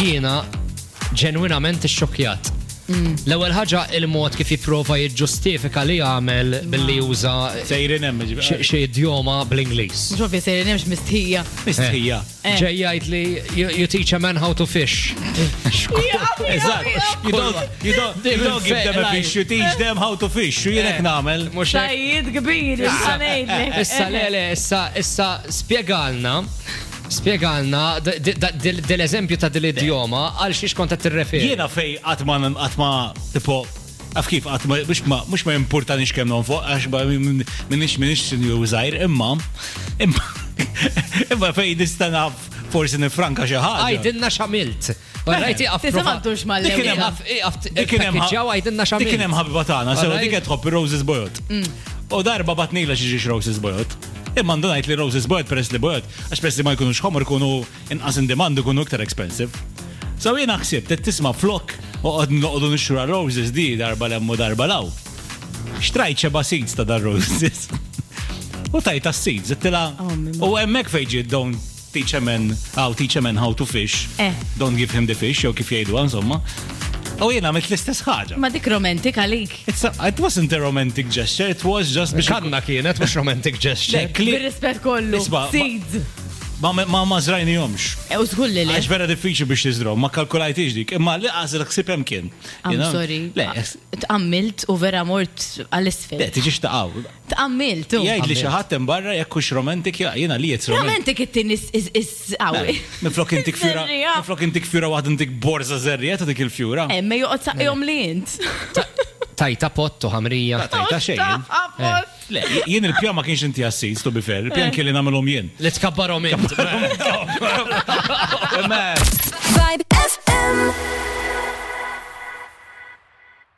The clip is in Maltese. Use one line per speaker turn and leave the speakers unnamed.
jiena ġenwinament xokjat. L-ewwel ħaġa il-mod kif jipprova jiġġustifika li jagħmel billi juża
Sejrin hemm
xi xi idjoma bl-Ingliż.
Ġofi se nemx mistija.
mistħija.
Eh.
Ġej jgħid li you, you teach a man how to fish.
Eżatt, you don't, you don't, you don't give them a fish, you teach them how to fish, u
Eh.
jienek namel.
Mhux hekk.
Sajid kbir, il-sanejli.
Issa le le, issa issa spjegalna spjegalna d- d- d- dil- dil-eżempju ta' dil-idjoma għal xiex kont qed tirreferi.
Jiena fej għatma, għatma, tipo, għaf kif għatma, biex ma, mux ma importan ix kem non fuq, għax ba minix minix sinju użajr, imma, imma, imma fej nistanaf forsi nifranka xaħġa.
Għajdinna xamilt. Rajti
Tisema
għafrova.
għaddux mal
Dik kien hemm
Dikinem ġaw għajdinna xamilt.
Dikinem ħabba tagħna, sew
Alright.
dik qed tħobb Roses Boyot. U darba batnila xi ġiex Roses Boyot. Imma għandu ngħid li Roses Boyot peress li Boyot, għax peress li ma jkunux ħomor ikunu inqas in demand ikunu iktar expensive. So jiena ħsieb qed tisma' flok u qod noqogħdu nixxura Roses di darba lemmu darba law. Xtrajt xeba seeds ta' dar Roses. U tajta s-seeds, ittila.
Oh, mimma.
U hemmhekk fejn ġiet don't teach a man, oh, teach a man how to fish.
Eh.
Don't give him the fish, jew kif jgħidu insomma. U jiena għamilt l-istess ħaġa.
Ma dik romantik għalik.
It's a, it wasn't a romantic gesture, it was just biex
Xanna kienet, mux romantic gesture.
ċekli
Bir-rispet kollu.
Isma, ma-
Seeds.
ma ma ma zrajni jomx.
E, U zgull li li.
Għax vera diffiċi biex tizdraw, ma kalkulajt iġdik, imma li għazil ksib kien. you
I'm
know?
sorry.
Le,
Tqammilt u vera mort
le,
għal-isfel.
tiġi xtaqaw.
Tqammilt u.
Jgħid li
Għamil.
xaħatem barra jekkux romantik, ja, jina li jitz romantik.
Romantik it-tin is-għawi.
Miflok intik fjura, miflok intik fjura waħd intik borza zerrieta dik il-fjura.
Emme juqot saqqjom li jint.
Tajta pottu ħamrija.
Tajta xejn. Le, jien il-pjan ma kienx inti assis, to be fair,
Eh.
il-pjan kien li namilom jien.
Ah.
Li tkabbarom int.
Imma,
Vibe